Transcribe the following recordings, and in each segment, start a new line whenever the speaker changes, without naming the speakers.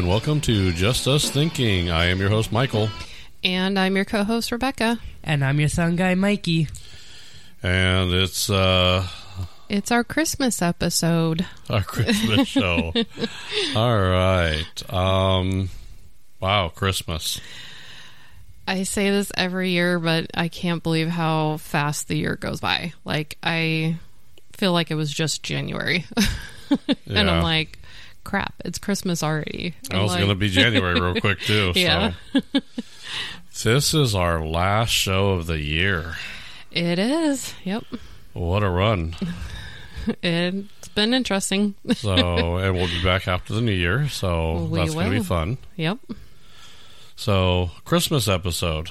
to Just Us Thinking. I am your host, Michael.
And I'm your co host, Rebecca.
And I'm your sound guy, Mikey.
And it's uh,
It's our Christmas episode.
our Christmas show. All right. Um, wow, Christmas.
I say this every year, but I can't believe how fast the year goes by. Like, I feel like it was just January. and
Yeah.
I'm like, crap, it's Christmas already.
That
I'm
was
like,
going to be January real quick, too.
Yeah.
So. This is our last show of the year.
It is. Yep.
What a run.
It's been interesting.
So, and we'll be back after the new year. So,
We
that's going to be
will.
fun.
yep.
So, Christmas episode.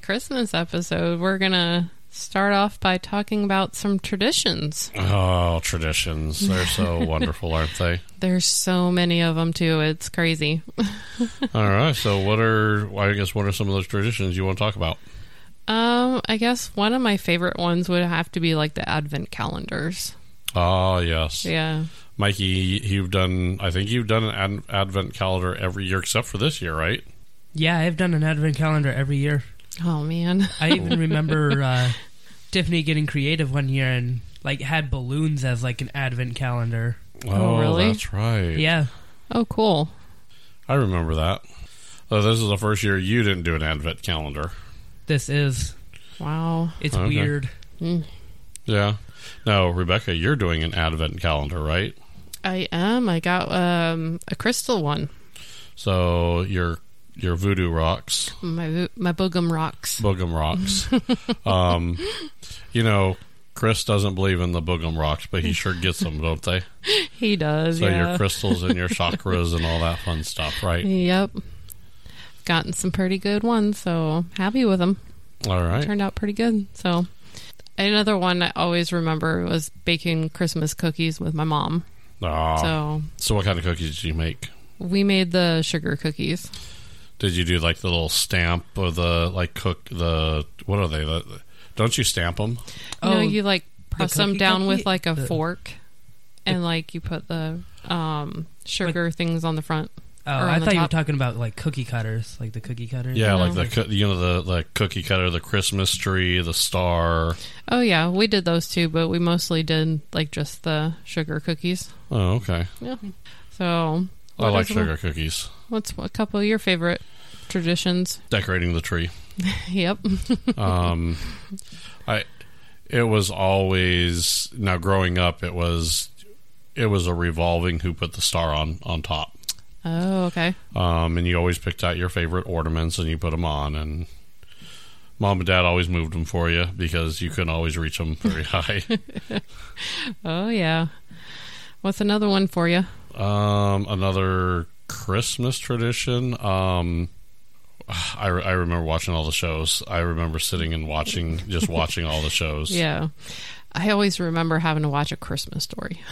Christmas episode. We're going to start off by talking about some traditions.
Oh, traditions. They're so wonderful, aren't they?
There's so many of them, too. It's crazy.
All right. So, what are, I guess, what are some of those traditions you want to talk about?
Um, I guess one of my favorite ones would have to be like the advent calendars.
Ah, yes.
Yeah.
Mikey, you've done, I think you've done an ad- advent calendar every year except for this year, right?
Yeah, I've done an advent calendar every year.
Oh man.
I even remember uh, Tiffany getting creative one year and like had balloons as like an advent calendar.
Oh, really?
That's right.
Yeah.
Oh cool.
I remember that. So this is the first year you didn't do an advent calendar.
This is
Wow. Mm.
it's
Okay.
weird.
Yeah. No, Rebecca, you're doing an advent calendar, right?
I am. I got um a crystal one.
So your your voodoo rocks,
My vo- my boogum rocks.
boogum rocks. um, you know, Chris doesn't believe in the boogum rocks, but he sure gets them, don't they?
He does.
So
yeah.
your crystals and your chakras and all that fun stuff, right?
Yep. Gotten some pretty good ones, so happy with them.
All right.
Turned out pretty good. So another one I always remember was baking Christmas cookies with my mom.
Ah. So,
So
what kind of cookies did you make?
we made the sugar cookies.
Did you do like the little stamp or the like cook the what are they? The, don't you stamp them?
You know,
Oh,
you like press them
cookie
down with
cookie?
like a
The-
fork, and like you put the um, sugar things on the front.
Oh,
Or
I
on the
thought you were
top.
talking about like cookie cutters, like the cookie cutters.
Yeah,
No.
like the coo- you know the the cookie cutter, the Christmas tree, the star.
Oh yeah, we did those too, but we mostly did like just the sugar cookies.
Oh, okay.
Yeah. So
I
what
like
is-
sugar cookies.
What's a couple of your favorite traditions?
Decorating the tree.
Yep.
Um, I it was always now growing up. It was it was a revolving who put the star on on top.
Oh okay.
Um, and you always picked out your favorite ornaments and you put them on and. Mom and Dad always moved them for you because you couldn't always reach them very high.
Oh yeah. What's another one for you?
Um, another Christmas tradition. Um, I, re- I remember watching all the shows. I remember sitting and watching, just watching all the shows.
Yeah. I always remember having to watch a Christmas story.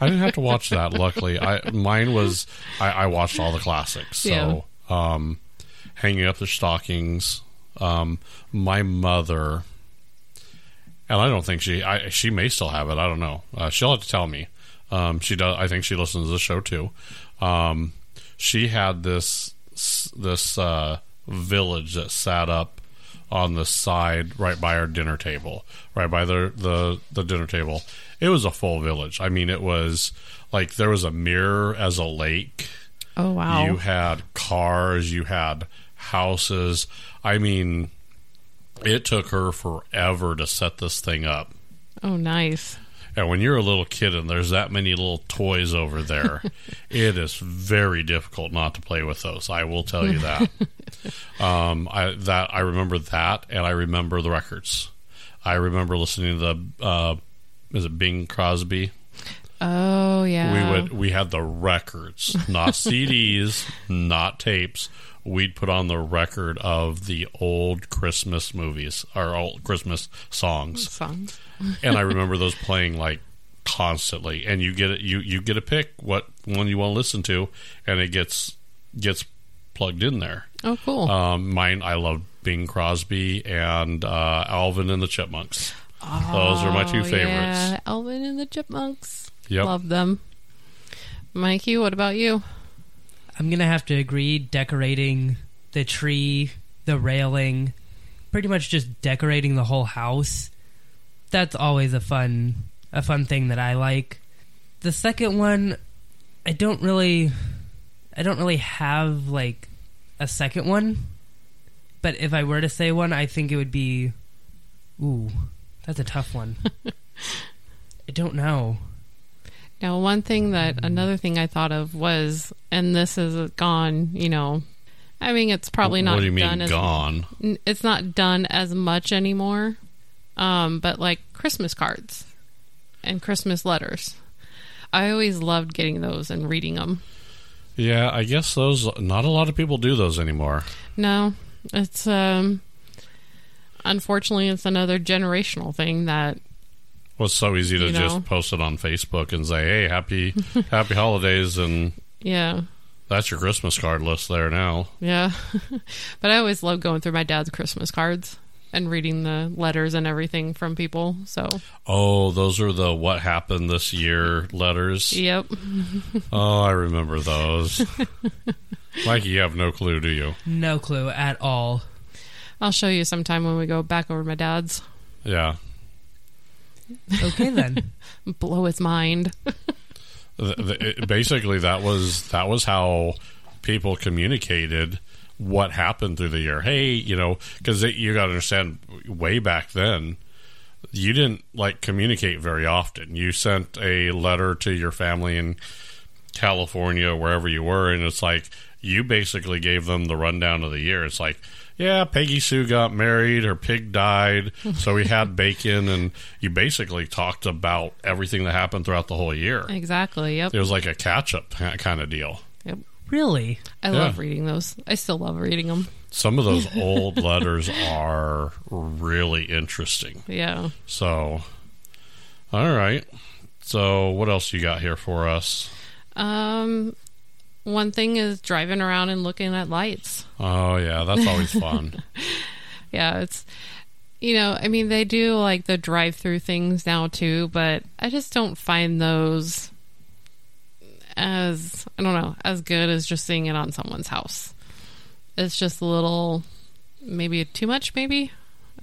I didn't have to watch that. Luckily, I mine was I, I watched all the classics. So, um, hanging up the stockings. Um, my mother, and I don't think she. I she may still have it. I don't know. Uh, she'll have to tell me. Um, she does. I think she listens to the show too. Um, she had this this uh, village that sat up on the side right by our dinner table right by the, the the dinner table it was a full village i mean it was like there was a mirror as a lake
Oh wow.
you had cars you had houses i mean it took her forever to set this thing up
oh nice.
and when you're a little kid and there's that many little toys over there, it is very difficult not to play with those. I will tell you that. um, I that I remember that, and I remember the records. I remember listening to the uh, is it Bing Crosby?
Oh yeah.
We would we had the records, not CDs, not tapes. We'd put on the record of the old Christmas movies or old Christmas songs
songs.
and I remember those playing like constantly. And you get it, you you get a pick what one you want to listen to, and it gets gets plugged in there.
Oh cool.
Um, mine, I love Bing Crosby and uh, Alvin and the Chipmunks. Those are my two
Oh,
favorites.
Yeah, Elvin and the Chipmunks.
Yep.
Love them. Mikey, what about you?
I'm gonna have to agree. Decorating the tree, the railing, pretty much just decorating the whole house. That's always a fun a fun thing that I like. The second one, I don't really, I don't really have like a second one. But if I were to say one, I think it would be, ooh, that's a tough one. I don't know.
Now, one thing that another thing I thought of was, and this is gone, you know, I mean, it's probably
What
not
do you mean
done as
gone?
n- it's not done as much anymore. Um, but like Christmas cards and Christmas letters. I always loved getting those and reading them.
Yeah, I guess those. Not a lot of people do those anymore.
No, it's um unfortunately it's another generational thing that
Well, it's so easy to
You know?
just post it on Facebook and say, "Hey, happy happy holidays," and
yeah,
that's your Christmas card list there now.
yeah. but I always loved going through my dad's Christmas cards and reading the letters and everything from people. So,
Oh, those are the "What happened this year" letters.
yep.
Oh, I remember those. Mikey, you have no clue, do you?
No clue at all.
I'll show you sometime when we go back over to my dad's.
Yeah,
Okay then.
Blow his mind.
Th th it, basically that was that was how people communicated what happened through the year. Hey, you know, because you got to understand, way back then, you didn't like communicate very often. You sent a letter to your family in California, or wherever you were, and it's like you basically gave them the rundown of the year. It's like, yeah, Peggy Sue got married, her pig died, so we had bacon, and you basically talked about everything that happened throughout the whole year
Exactly. Yep.
it was like a catch up kind of deal.
Yep.
really?
I
Yeah.
love reading those. I still love reading them.
Some of those old letters are really interesting.
Yeah.
So, all right. So, what else you got here for us?
Um, one thing is driving around and looking at lights.
Oh, yeah, that's always fun.
Yeah, it's you know, I mean, they do like the drive-through things now too, but I just don't find those as I don't know as good as just seeing it on someone's house. It's just a little, maybe too much. Maybe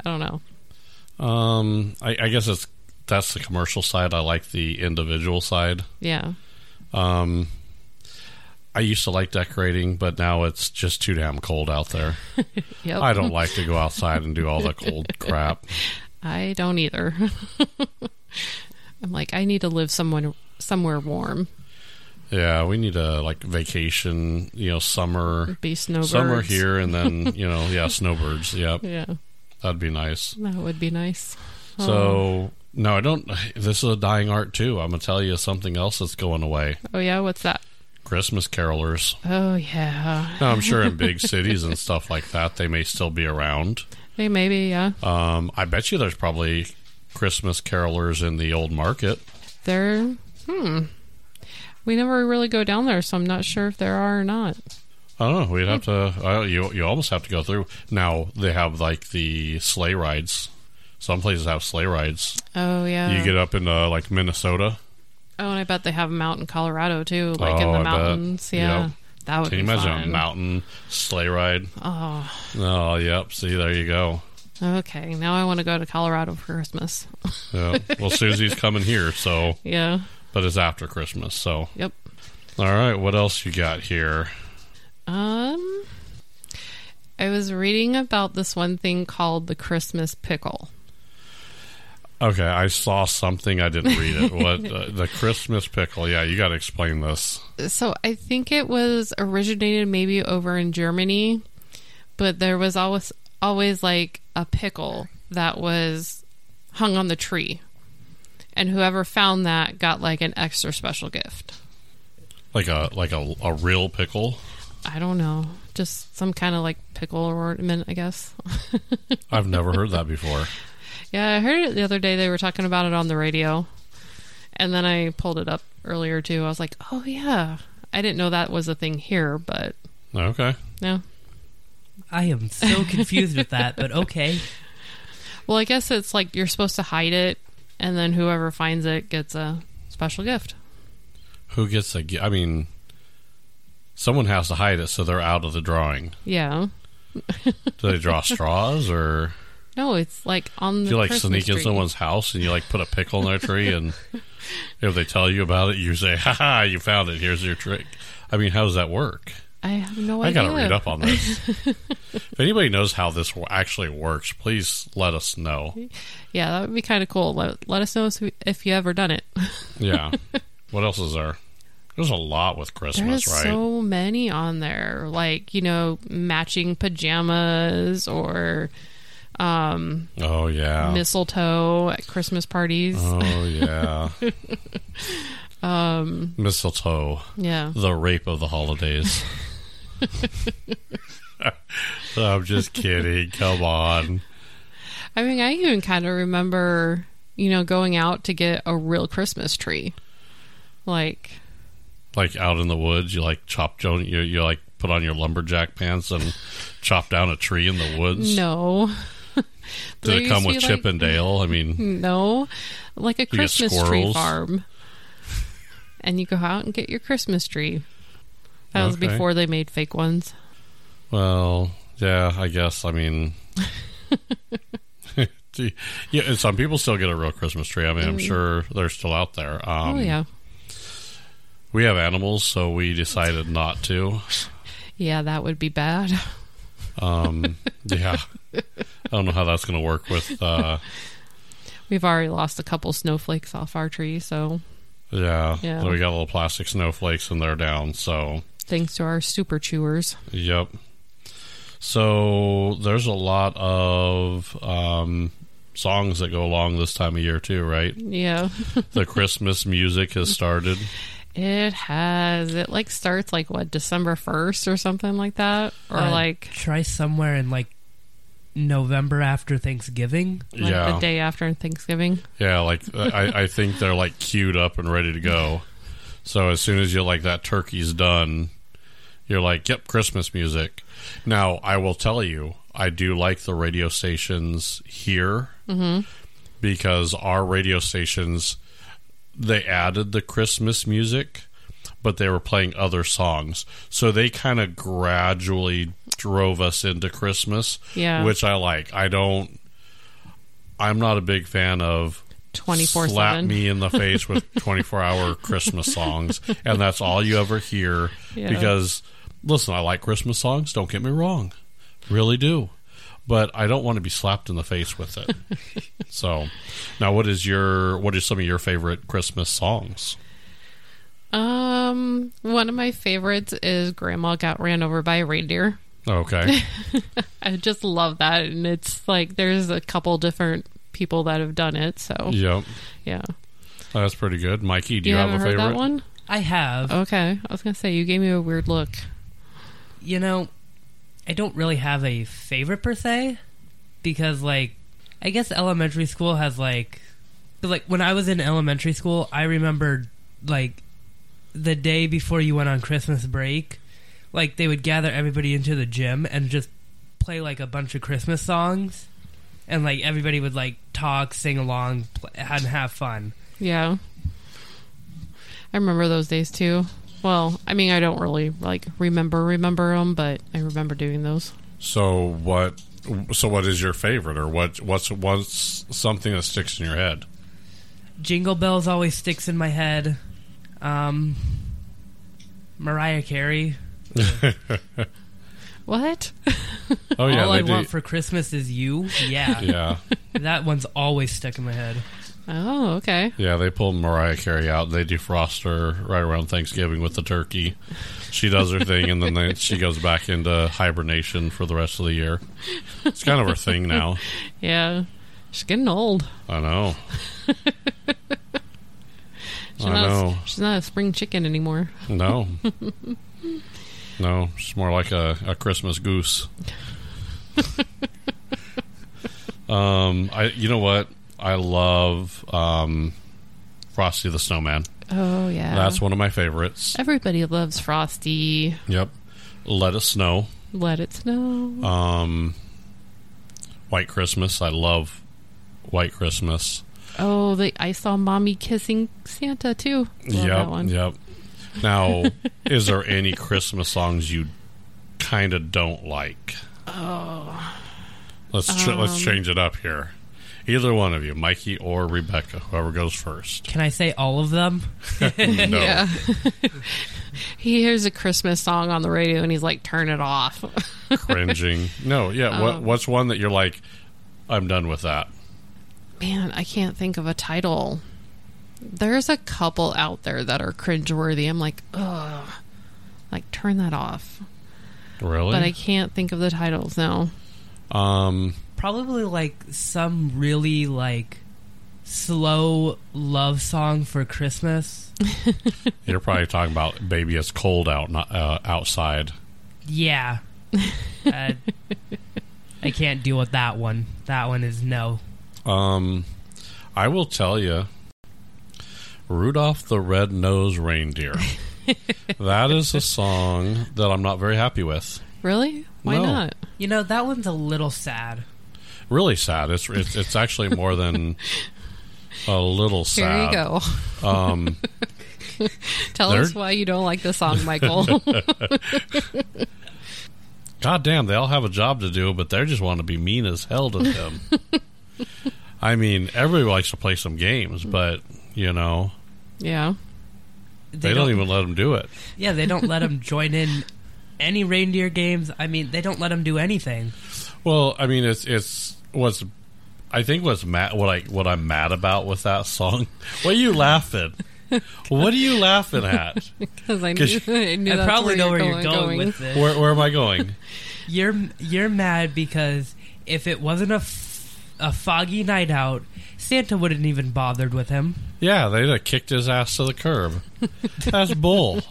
I don't know.
um, I, I guess it's that's the commercial side. I like the individual side.
Yeah,
Um, I used to like decorating, but now it's just too damn cold out there.
yep.
I don't like to go outside and do all that cold crap.
I don't either. I'm like, I need to live someone somewhere warm.
Yeah, we need a like vacation, you know, summer,
Be snowbirds.
summer here, and then you know, yeah, snowbirds. Yep,
Yeah,
that'd be nice.
that would be nice.
So no, I don't. This is a dying art too. I'm gonna tell you something else that's going away:
Oh yeah, what's that?
Christmas carolers.
Oh yeah,
Now I'm sure in big cities and stuff like that, they may still be around.
hey maybe yeah.
Um, I bet you there's probably Christmas carolers in the old market.
There, hmm. We never really go down there, so I'm not sure if there are or not.
I don't know. We'd have to. Uh, you you almost have to go through. Now they have like the sleigh rides. Some places have sleigh rides.
Oh yeah.
you get up in uh, like Minnesota.
oh, and I bet they have them out in Colorado too, like in
Oh,
the
I bet.
mountains. Yeah,
Yep.
that would
Can you
be
imagine a
fun.
mountain sleigh ride?
Oh,
Oh, yep. See, there you go.
okay. Now I want to go to Colorado for Christmas.
Yeah. well, Susie's coming here, so
yeah.
but it's after Christmas. So,
Yep.
all right. What else you got here?
Um, I was reading about this one thing called the Christmas pickle.
Okay, I saw something. I didn't read it. What uh, the Christmas pickle? Yeah, you got to explain this.
So I think it was originated maybe over in Germany, but there was always always like a pickle that was hung on the tree. And whoever found that got like an extra special gift.
Like a like a, a real pickle.
I don't know. Just some kind of like pickle ornament, I guess.
I've never heard that before.
Yeah, I heard it the other day. They were talking about it on the radio. And then I pulled it up earlier too. I was like, oh, yeah. I didn't know that was a thing here, but
Okay.
no.
I am so confused with that, but okay.
Well, I guess it's like you're supposed to hide it, and then whoever finds it gets a special gift.
Who gets a? gi- I mean, Someone has to hide it, so they're out of the drawing.
Yeah.
Do they draw straws, or
No, it's like on
do
the
you like
Christmas
sneak in
tree.
someone's house and you like put a pickle in their tree, and if they tell you about it, you say, "Ha ha, you found it. Here's your trick." I mean, how does that work?
I have no
I
idea.
gotta read up on this. if anybody knows how this wo- actually works, please let us know.
Yeah, that would be kind of cool. Let, let us know if- if you ever done it.
Yeah. what else is there? There's a lot with Christmas,
There's
right?
so many on there, like you know, matching pajamas or um,
oh yeah.
mistletoe at Christmas parties.
oh yeah. um mistletoe,
yeah,
the rape of the holidays. I'm just kidding. Come on.
I mean, I even kind of remember, you know, going out to get a real Christmas tree, like
Like out in the woods, you like chop Joan you you like put on your lumberjack pants and chop down a tree in the woods.
no.
Did
There
it
used
come
to
with
be,
Chip
like, Hmm.
and Dale? I mean,
No, like a
get
Christmas tree
squirrels?
farm, and you go out and get your Christmas tree. That was
Okay.
before they made fake ones.
well, yeah, I guess. I mean, do you- yeah, and some people still get a real Christmas tree. I mean, I'm sure they're still out there. Um,
Mm. oh yeah,
We have animals, so we decided not to.
yeah, that would be bad.
Um, yeah. I don't know how that's going to work with. Uh,
We've already lost a couple snowflakes off our tree, so
yeah,
Yeah.
We got little plastic snowflakes and they're down, so.
thanks to our super chewers.
Yep. So there's a lot of um, songs that go along this time of year too, right?
Yeah,
the Christmas music has started.
it has. It like starts like what December first or something like that, or
Uh,
like
try somewhere in like November after Thanksgiving.
like
yeah,
the day after Thanksgiving.
yeah. Like I, I think they're like queued up and ready to go. So as soon as you like that turkey's done, you're like, yep, Christmas music. Now I will tell you, I do like the radio stations here because our radio stations they added the Christmas music. But they were playing other songs, so they kind of gradually drove us into Christmas.
Yeah,
which I like. I don't. I'm not a big fan of
twenty four
slap
seven.
me in the face with 24 hour Christmas songs, and that's all you ever hear.
Yeah.
Because listen, I like Christmas songs. Don't get me wrong, really do, but I don't want to be slapped in the face with it. so, now what is your what are some of your favorite Christmas songs?
Um, one of my favorites is Grandma got ran over by a reindeer.
Okay,
I just love that, and it's like there's a couple different people that have done it. So yeah,
yep, that's pretty good. Mikey, do you, have a
haven't heard
favorite?
that one?
I have,
Okay, I was gonna say you gave me a weird look.
you know, I don't really have a favorite per se because like I guess elementary school has like but, like when I was in elementary school, I remembered like the day before you went on Christmas break, like they would gather everybody into the gym and just play like a bunch of Christmas songs and like everybody would like talk, sing along, pl- and have fun.
Yeah. I remember those days too. Well, I mean, I don't really like remember remember them, but I remember doing those.
So what? So what is your favorite, or what? What's what's something that sticks in your head?
Jingle Bells always sticks in my head. Um, Mariah Carey.
What?
Oh yeah,
All
they
I
do.
want for Christmas is you. Yeah.
yeah,
that one's always stuck in my head.
Oh, okay.
yeah. They pull Mariah Carey out. They defrost her right around Thanksgiving with the turkey. She does her thing, and then they, she goes back into hibernation for the rest of the year. It's kind of her thing now.
Yeah. She's getting old.
I know.
She's
I
not
know.
A, she's not a spring chicken anymore.
No. No, she's more like a, a Christmas goose. um, I you know what? I love um, Frosty the Snowman.
Oh yeah.
That's one of my favorites.
Everybody loves Frosty.
Yep. Let It Snow.
Let it snow.
Um, White Christmas. I love White Christmas.
Oh, the I saw mommy kissing Santa too. Love
yep.
that one.
Yep. Now, is there any Christmas songs you kind of don't like?
Oh,
Let's ch-
Um,
let's change it up here. Either one of you, Mikey or Rebecca, whoever goes first.
Can I say all of them?
No.
yeah. he hears a Christmas song on the radio and he's like, "Turn it off."
cringing. No, yeah. what,
Um,
what's one that you're like, I'm done with that?
Man, I can't think of a title. There's a couple out there that are cringeworthy. I'm like, ugh, like turn that off.
Really?
But I can't think of the titles now.
um,
Probably like some really like slow love song for Christmas.
you're probably talking about "Baby It's Cold Out not, uh, Outside."
Yeah. uh, I can't deal with that one. That one is no.
Um, I will tell you, Rudolph the Red-Nosed Reindeer. that is a song that I'm not very happy with.
Really? Why
No.
not?
You know, that one's a little sad.
Really sad. It's it's, it's actually more than a little sad.
Here you go.
Um,
Tell
There-
us why you don't like the song, Michael.
God damn, they all have a job to do, but they just want to be mean as hell to them. I mean, everybody likes to play some games, but you know
yeah.
they, don't, even let them do it.
Yeah, they don't let them join in any reindeer games. I mean, they don't let them do anything.
Well, I mean, it's it's what's I think what's mad what I what I'm mad about with that song. What are you laughing? what are you laughing at?
Because I
'Cause
knew, I knew
I
that's
probably
where
know where
you're
you're going, with this.
Where where am I going?
You're you're mad because if it wasn't a f- a foggy night out, Santa wouldn't even bothered with him.
Yeah, they'd have kicked his ass to the curb. That's bull.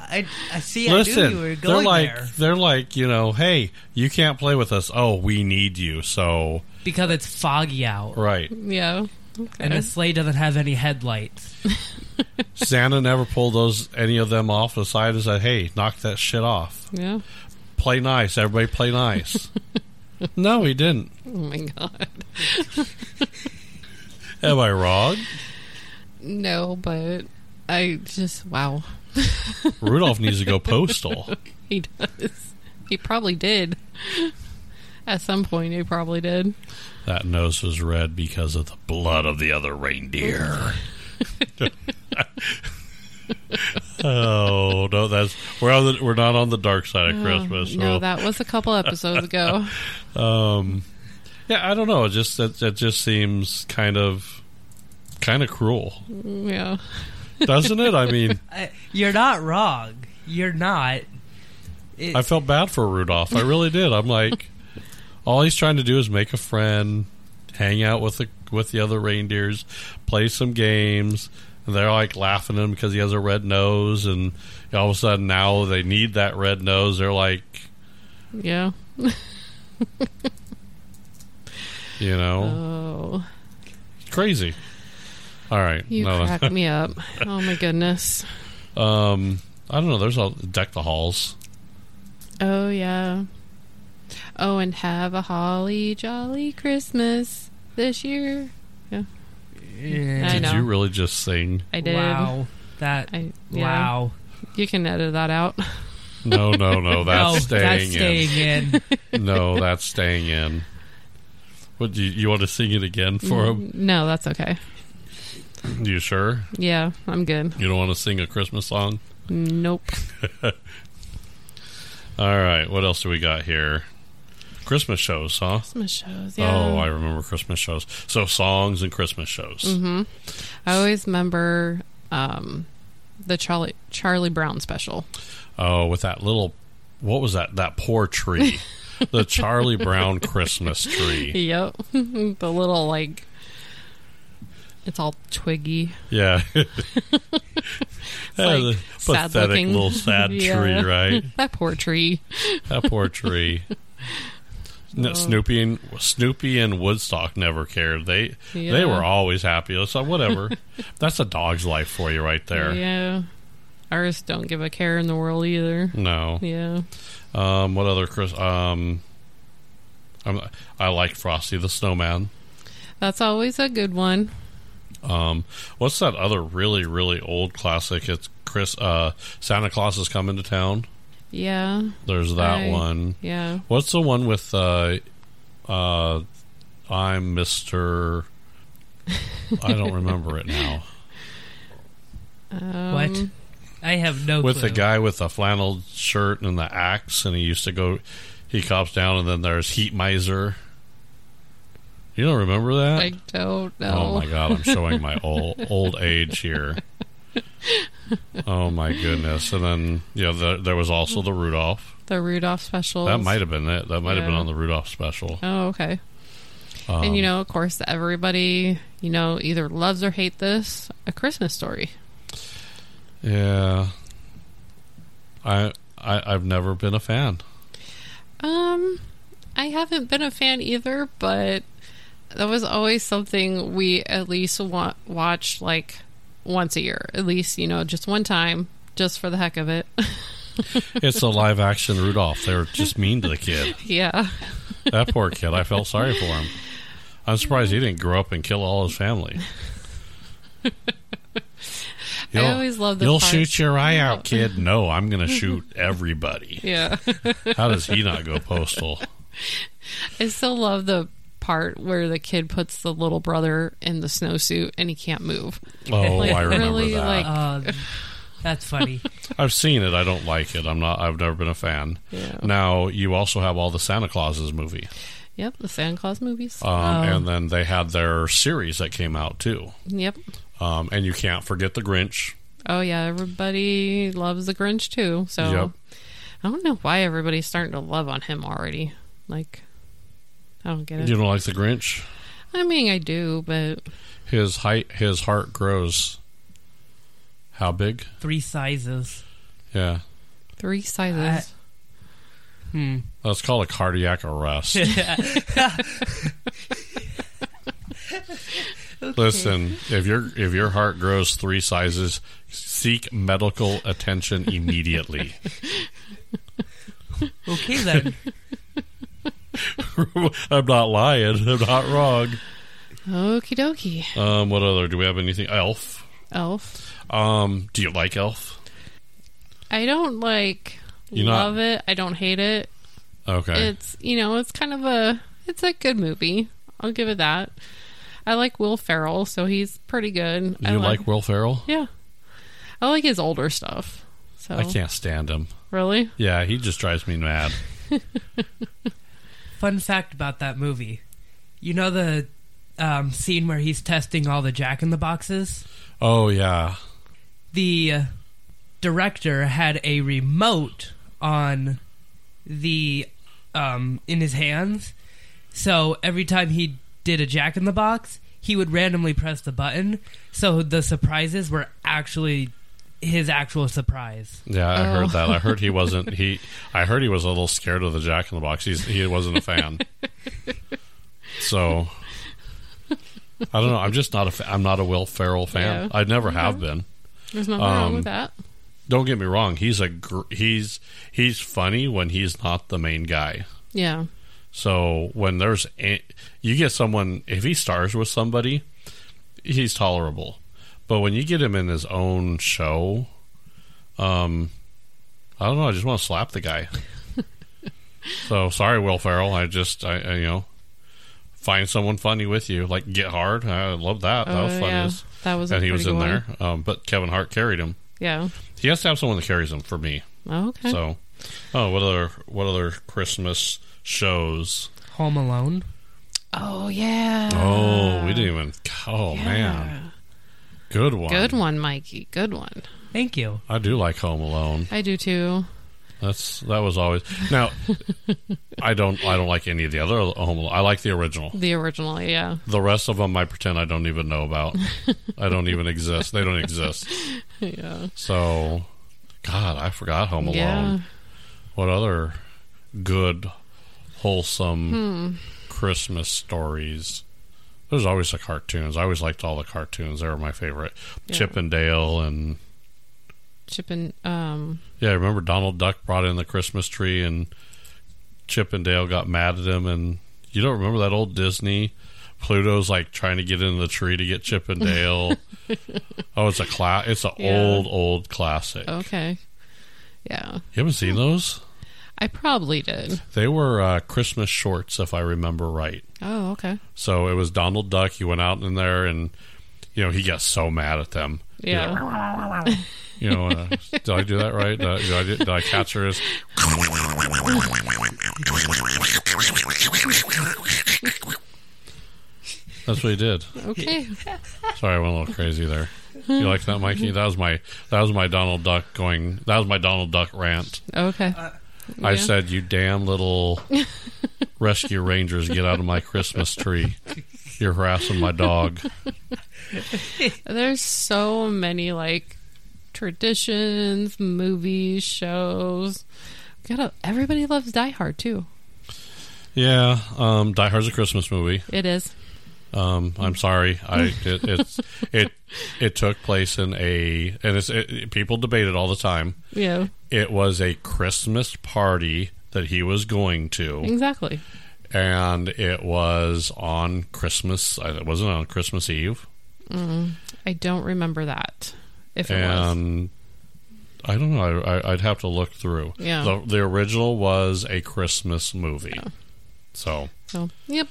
I, I see. I
Listen,
knew you were
they're
going
like
there
they're like you know, hey, you can't play with us. Oh, we need you. So
because it's foggy out
right,
Yeah.
and the sleigh doesn't have any headlights.
Santa never pulled those any of them off the side and said, hey, knock that shit off.
Yeah.
Play nice, everybody. Play nice. no, he didn't.
Oh my god.
Am I wrong?
No, but I just wow.
Rudolph needs to go postal.
He does. He probably did. At some point, he probably did.
That nose was red because of the blood of the other reindeer. oh no, that's we're on the, we're not on the dark side of Christmas.
Uh, No,
so-
that was a couple episodes ago.
Um, yeah, I don't know. It just that that just seems kind of kind of cruel,
yeah.
doesn't it? I mean,
I, you're not wrong. You're not. It,
I felt bad for Rudolph. I really did. I'm like, all he's trying to do is make a friend, hang out with the with the other reindeers, play some games. And they're like laughing at him because he has a red nose, and all of a sudden now they need that red nose. They're like,
Yeah.
you know,
Oh,
crazy. All right,
you
no,
cracked me up. Oh my goodness.
um, I don't know. There's all deck the halls.
Oh yeah. Oh, and have a holly jolly Christmas this year.
Yeah.
I
Did
know.
you really just sing?
I did.
Wow. That.
I, yeah.
Wow.
You can edit that out.
No, no, no. Oh, That's
no,
staying
that's staying in.
in. No, that's staying in. What do you, you want to sing it again for him?
Mm, No, that's okay.
You sure?
Yeah, I'm good.
You don't want to sing a Christmas song?
Nope.
All right. What else do we got here? Christmas shows, huh?
Christmas shows. Yeah.
Oh, I remember Christmas shows. So songs and Christmas shows.
hmm I always remember um, the Charlie Charlie Brown special.
Oh, with that little, what was that? That poor tree, the Charlie Brown Christmas tree.
Yep. the little like it's all twiggy.
Yeah, Yeah,
like
the
sad
pathetic
looking.
little sad
Yeah.
tree, right?
That poor tree.
That poor tree.
Oh.
No, Snoopy and Snoopy and Woodstock never cared. They
Yeah.
they were always happy. So whatever. That's a dog's life for you right there.
Yeah. Ours don't give a care in the world either.
No.
Yeah.
Um, what other Chris? Um, I'm, I like Frosty the Snowman.
That's always a good one.
Um, what's that other really really old classic? It's Chris- Chris uh, Santa Claus is coming to town.
Yeah.
There's that
I-
one.
Yeah.
What's the one with uh, uh, I'm Mister? I don't remember it now.
Um,
What? I have no
With
clue.
the guy with the flannel shirt and the axe, and he used to go. He cops down, and then there's Heat Miser. You don't remember that?
I don't know.
Uh, Oh my god, I'm showing my old old age here. Oh my goodness! And then yeah, the, there was also the Rudolph.
The Rudolph special.
That might have been it. That might have been
Yeah.
on the Rudolph special.
Oh, okay.
Um,
and you know, of course, everybody you know either loves or hate this. A Christmas Story.
yeah, I, I I've never been a fan.
Um, I haven't been a fan either, but that was always something we at least wa- watched like once a year, at least you know, just one time, just for the heck of it.
It's a live action Rudolph. They were just mean to the kid.
yeah,
That poor kid. I felt sorry for him. I'm surprised he didn't grow up and kill all his family.
I always love the
You'll
part-
shoot your eye out, kid. No, I'm going to shoot everybody.
Yeah,
How does he not go postal?
I still love the part where the kid puts the little brother in the snowsuit and he can't move.
Oh,
Like,
I remember
really,
that.
like-
Uh, that's funny.
I've seen it. I don't like it. I'm not. I've never been a fan.
Yeah.
Now you also have all the Santa Clauses movie,
Yep, the Santa Claus movies.
um, and then they had their series that came out too.
yep.
Um, and you can't forget the Grinch.
Oh yeah, everybody loves the Grinch too. So
Yep.
I don't know why everybody's starting to love on him already. Like I don't get it.
You don't like the Grinch?
I mean, I do, but
His height, his heart grows. How big?
Three sizes.
Yeah,
three sizes.
Hmm.
that's called a cardiac arrest. Listen, if your if your heart grows three sizes, seek medical attention immediately.
Okay then.
I'm not lying. I'm not wrong.
Okie dokie.
Um, what other? Do we have anything? Elf.
Elf.
Um, do you like Elf?
I don't like
You not-
love it. I don't hate it.
Okay.
It's you know, it's kind of a it's a good movie. I'll give it that. I like Will Ferrell, so he's pretty good. I
you like, Will Ferrell?
Yeah. I like his older stuff. So
I can't stand him.
really?
Yeah, he just drives me mad.
Fun fact about that movie. You know the um, scene where he's testing all the Jack in the Boxes.
Oh yeah.
the uh, director had a remote on the um, in his hands, so every time he did a Jack in the Box, he would randomly press the button. So the surprises were actually his actual surprise.
Yeah, I
Oh.
heard that. I heard he wasn't he I heard he was a little scared of the Jack in the Box. He's, he wasn't a fan. so I don't know. I'm just not a fa- I'm not a Will Ferrell fan.
Yeah.
I never have been.
There's nothing wrong
Um,
with that.
Don't get me wrong. He's a gr- he's he's funny when he's not the main guy.
Yeah.
So when there's a- you get someone if he stars with somebody, he's tolerable. But when you get him in his own show, um, I don't know. I just want to slap the guy. so sorry, Will Ferrell. I just I, I you know find someone funny with you. Like Get Hard. I love that. that was
Oh,
funny.
yeah.
as-
That was a
and he
pretty
was
good
in
one.
there. Um, but Kevin Hart carried him.
Yeah.
He has to have someone that carries him for me.
Okay.
So, oh, what other what other Christmas shows?
Home Alone.
oh yeah.
Oh, we didn't even. Oh
Um, Yeah.
man, good one.
Good one, Mikey. Good one.
Thank you.
I do like Home Alone.
I do too.
That's that was always. Now, I don't. I don't like any of the other Home Alone. I like the original.
The original, yeah.
The rest of them, I pretend I don't even know about. I don't even exist. They don't exist.
Yeah.
So, God, I forgot Home Alone.
Yeah.
What other good, wholesome
Hmm.
Christmas stories? There's always the cartoons. I always liked all the cartoons. They were my favorite.
Yeah.
Chip and Dale and
Chip and um
yeah, I remember Donald Duck brought in the Christmas tree and Chip and Dale got mad at him and you don't remember that old Disney Pluto's like trying to get into the tree to get Chip and Dale. oh, it's a cla- It's an
Yeah.
old, old classic.
Okay. Yeah.
You haven't seen those?
I probably did.
They were uh, Christmas shorts, if I remember right.
Oh, okay.
So it was Donald Duck. He went out in there, and you know he got so mad at them. He was
Yeah.
like, you know, uh, did I do that right? Did I, did I, did I catch her? As, that's what he did.
Okay.
Sorry, I went a little crazy there. You like that, Mikey? That was my that was my Donald Duck going. That was my Donald Duck rant.
Okay.
I
Yeah.
said, "You damn little rescue rangers, get out of my Christmas tree! You're harassing my dog."
There's so many like traditions, movies, shows. Gotta, everybody loves Die Hard too.
Yeah, um, Die Hard's a Christmas movie.
It is.
Um, I'm sorry, I it, it's it it took place in a and it's it, people debate it all the time.
Yeah.
It was a Christmas party that he was going to,
Exactly.
and it was on Christmas. It wasn't on Christmas Eve,
Mm-hmm. I don't remember that. If it was.
and I don't know. I, I, I'd have to look through.
Yeah.
the, the original was a Christmas movie, so
So, yep.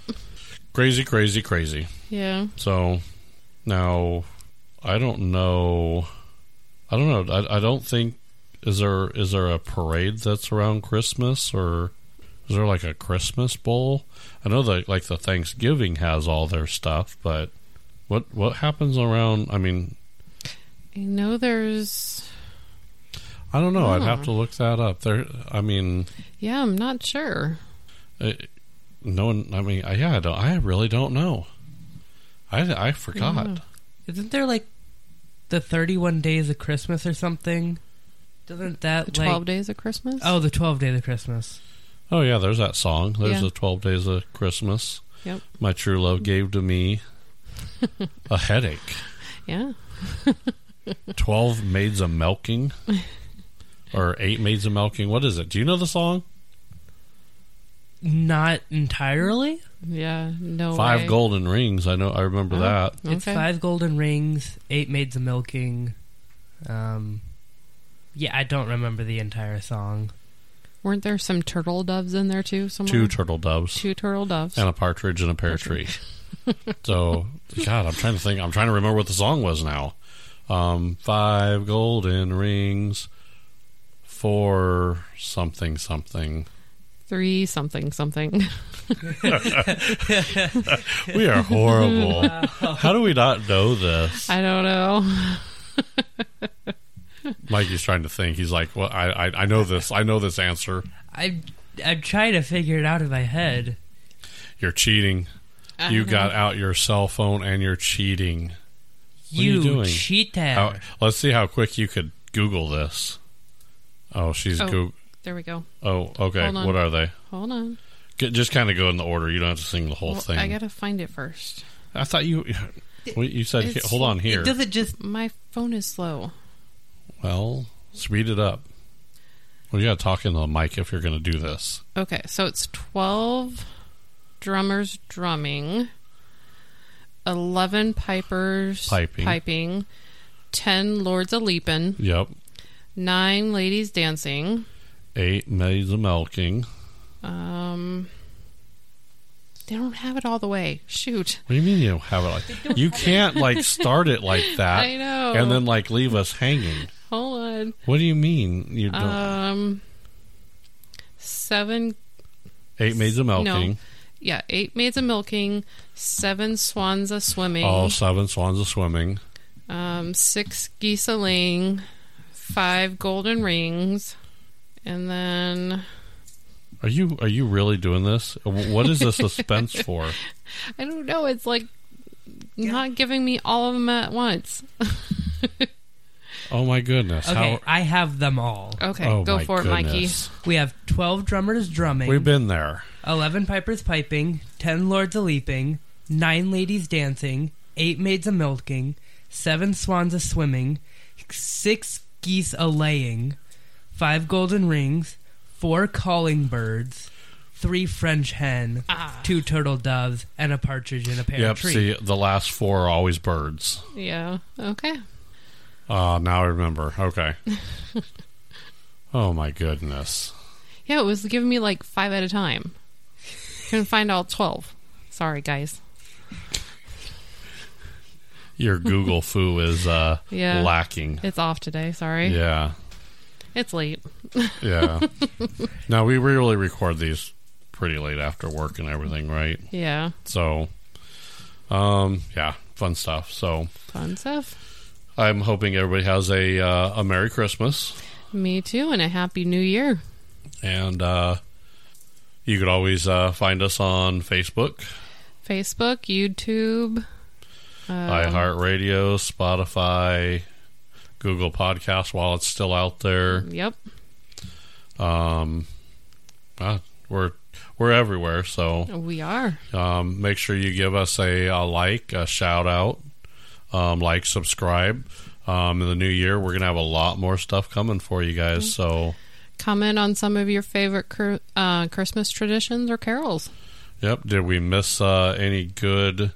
crazy, crazy, crazy.
Yeah.
So now I don't know. I don't know. I, I don't think is there is there a parade that's around Christmas or is there like a Christmas bowl? I know that like the Thanksgiving has all their stuff, but what what happens around? I mean,
I know there's.
I don't know. I'd
Oh.
have to look that up. There, I mean,
Yeah, I'm not sure.
it, no one. I mean, I, yeah, I don't. I really don't know. I I forgot.
know.
Isn't there like the 31 days of Christmas or something? Doesn't that
The 12
like
days of Christmas?
Oh, the 12 days of Christmas.
Oh yeah, there's that song. There's
Yeah.
the Twelve Days of Christmas.
Yep.
My true love gave to me a headache.
yeah.
Twelve maids a milking, or eight maids a milking. What is it? Do you know the song?
Not entirely.
Yeah. No.
Five
way.
golden rings. I know. I remember
Oh.
that.
Okay.
It's five golden rings, eight maids of milking. Um, yeah, I don't remember the entire song.
Weren't there some turtle doves in there too? Somewhere?
Two turtle doves
Two turtle doves.
and a partridge in a pear tree. so, God, I'm trying to think. I'm trying to remember what the song was now. Um, five golden rings, four something something.
Three something something.
We are horrible. How do we not know this?
I don't know.
Mikey's trying to think. He's like, "Well, I, I, I know this. I know this answer.
I I'm trying to figure it out in my head.
You're cheating.
I
You
don't
got out your cell phone and you're cheating. are you
you
doing? Oh,
cheater!
How, let's see how quick you could Google this. Oh, she's
Oh.
Goog
know. There we go.
Oh, okay.
Hold on.
What are they?
Hold on.
G- Just kind of go in the order. You don't have to sing the whole
Well,
thing.
I gotta find it first.
I thought you. Wait, you said,
It's-
"Hold on here."
It doesn't just
My phone is slow.
well, speed it up. Well, you got to talk into the mic if you're going to do this.
Okay, so it's twelve drummers drumming, eleven pipers
Piping.
piping, ten lords a leaping,
Yep.
nine ladies dancing.
Eight maids a milking.
Um, they don't have it all the way. Shoot.
What do you mean you don't have it like you can't like start it like that
I know.
Ah, and then like leave us hanging.
Hold on.
What do you mean you don't
Um, seven.
eight maids a milking?
Yeah, eight maids a milking, seven swans a swimming,
All seven swans a swimming.
um, six geese a ling, five golden rings, and then
Are you are you really doing this? W- What is the suspense for?
I don't know. It's like not giving me all of them at once.
Oh my goodness!
okay.
How,
I have them all.
Okay,
oh
go
my
for
goodness.
We have twelve drummers drumming,
We've been there.
eleven pipers piping, ten lords a leaping, nine ladies dancing, eight maids a milking, seven swans a swimming, six geese a laying, five golden rings, four calling birds, three French hen,
Ah.
two turtle doves, and a partridge in a pear
Yep.
tree.
See, the last four are always birds.
Yeah. Okay.
Uh, now I remember. Okay. oh my goodness.
Yeah, it was giving me like five at a time. Couldn't find all twelve. Sorry, guys.
Your Google foo is uh,
Yeah.
lacking.
It's off today. Sorry.
Yeah.
It's late.
Yeah. now we really record these pretty late after work and everything, right?
Yeah.
So, um, yeah, fun stuff. So
Fun stuff.
I'm hoping everybody has a uh, a Merry Christmas,
Me too, and a happy new year.
and uh, you could always uh, find us on Facebook,
Facebook, YouTube. um,
iHeartRadio, Spotify, Google Podcasts while it's still out there.
Yep.
Um, uh, we're we're everywhere, so
We are.
um, make sure you give us a, a like, a shout out, um, like, subscribe. Um, in the new year, we're gonna have a lot more stuff coming for you guys.
Mm-hmm.
So,
Comment on some of your favorite cur- uh, Christmas traditions or carols.
yep. Did we miss uh, any good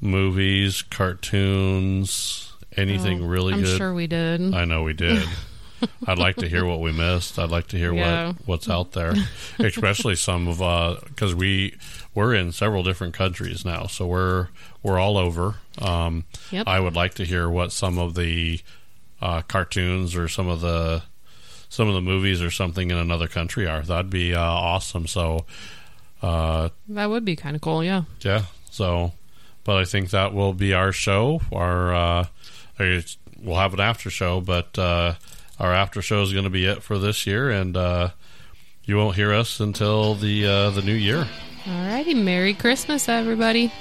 movies, cartoons, anything
Oh,
really
I'm
good?
sure we did.
I know we did. I'd like to hear what we missed. I'd like to hear
Yeah.
what what's out there, especially some of because we we're in several different countries now, so we're we're all over. Um,
Yep.
I would like to hear what some of the uh, cartoons or some of the some of the movies or something in another country are. That'd be uh, awesome. So uh,
that would be kind of cool. Yeah.
yeah. So, but I think that will be our show. Our uh, I- we'll have an after show, but uh, our after show is going to be it for this year, and uh, you won't hear us until the uh, the new year.
Alrighty. Merry Christmas, everybody.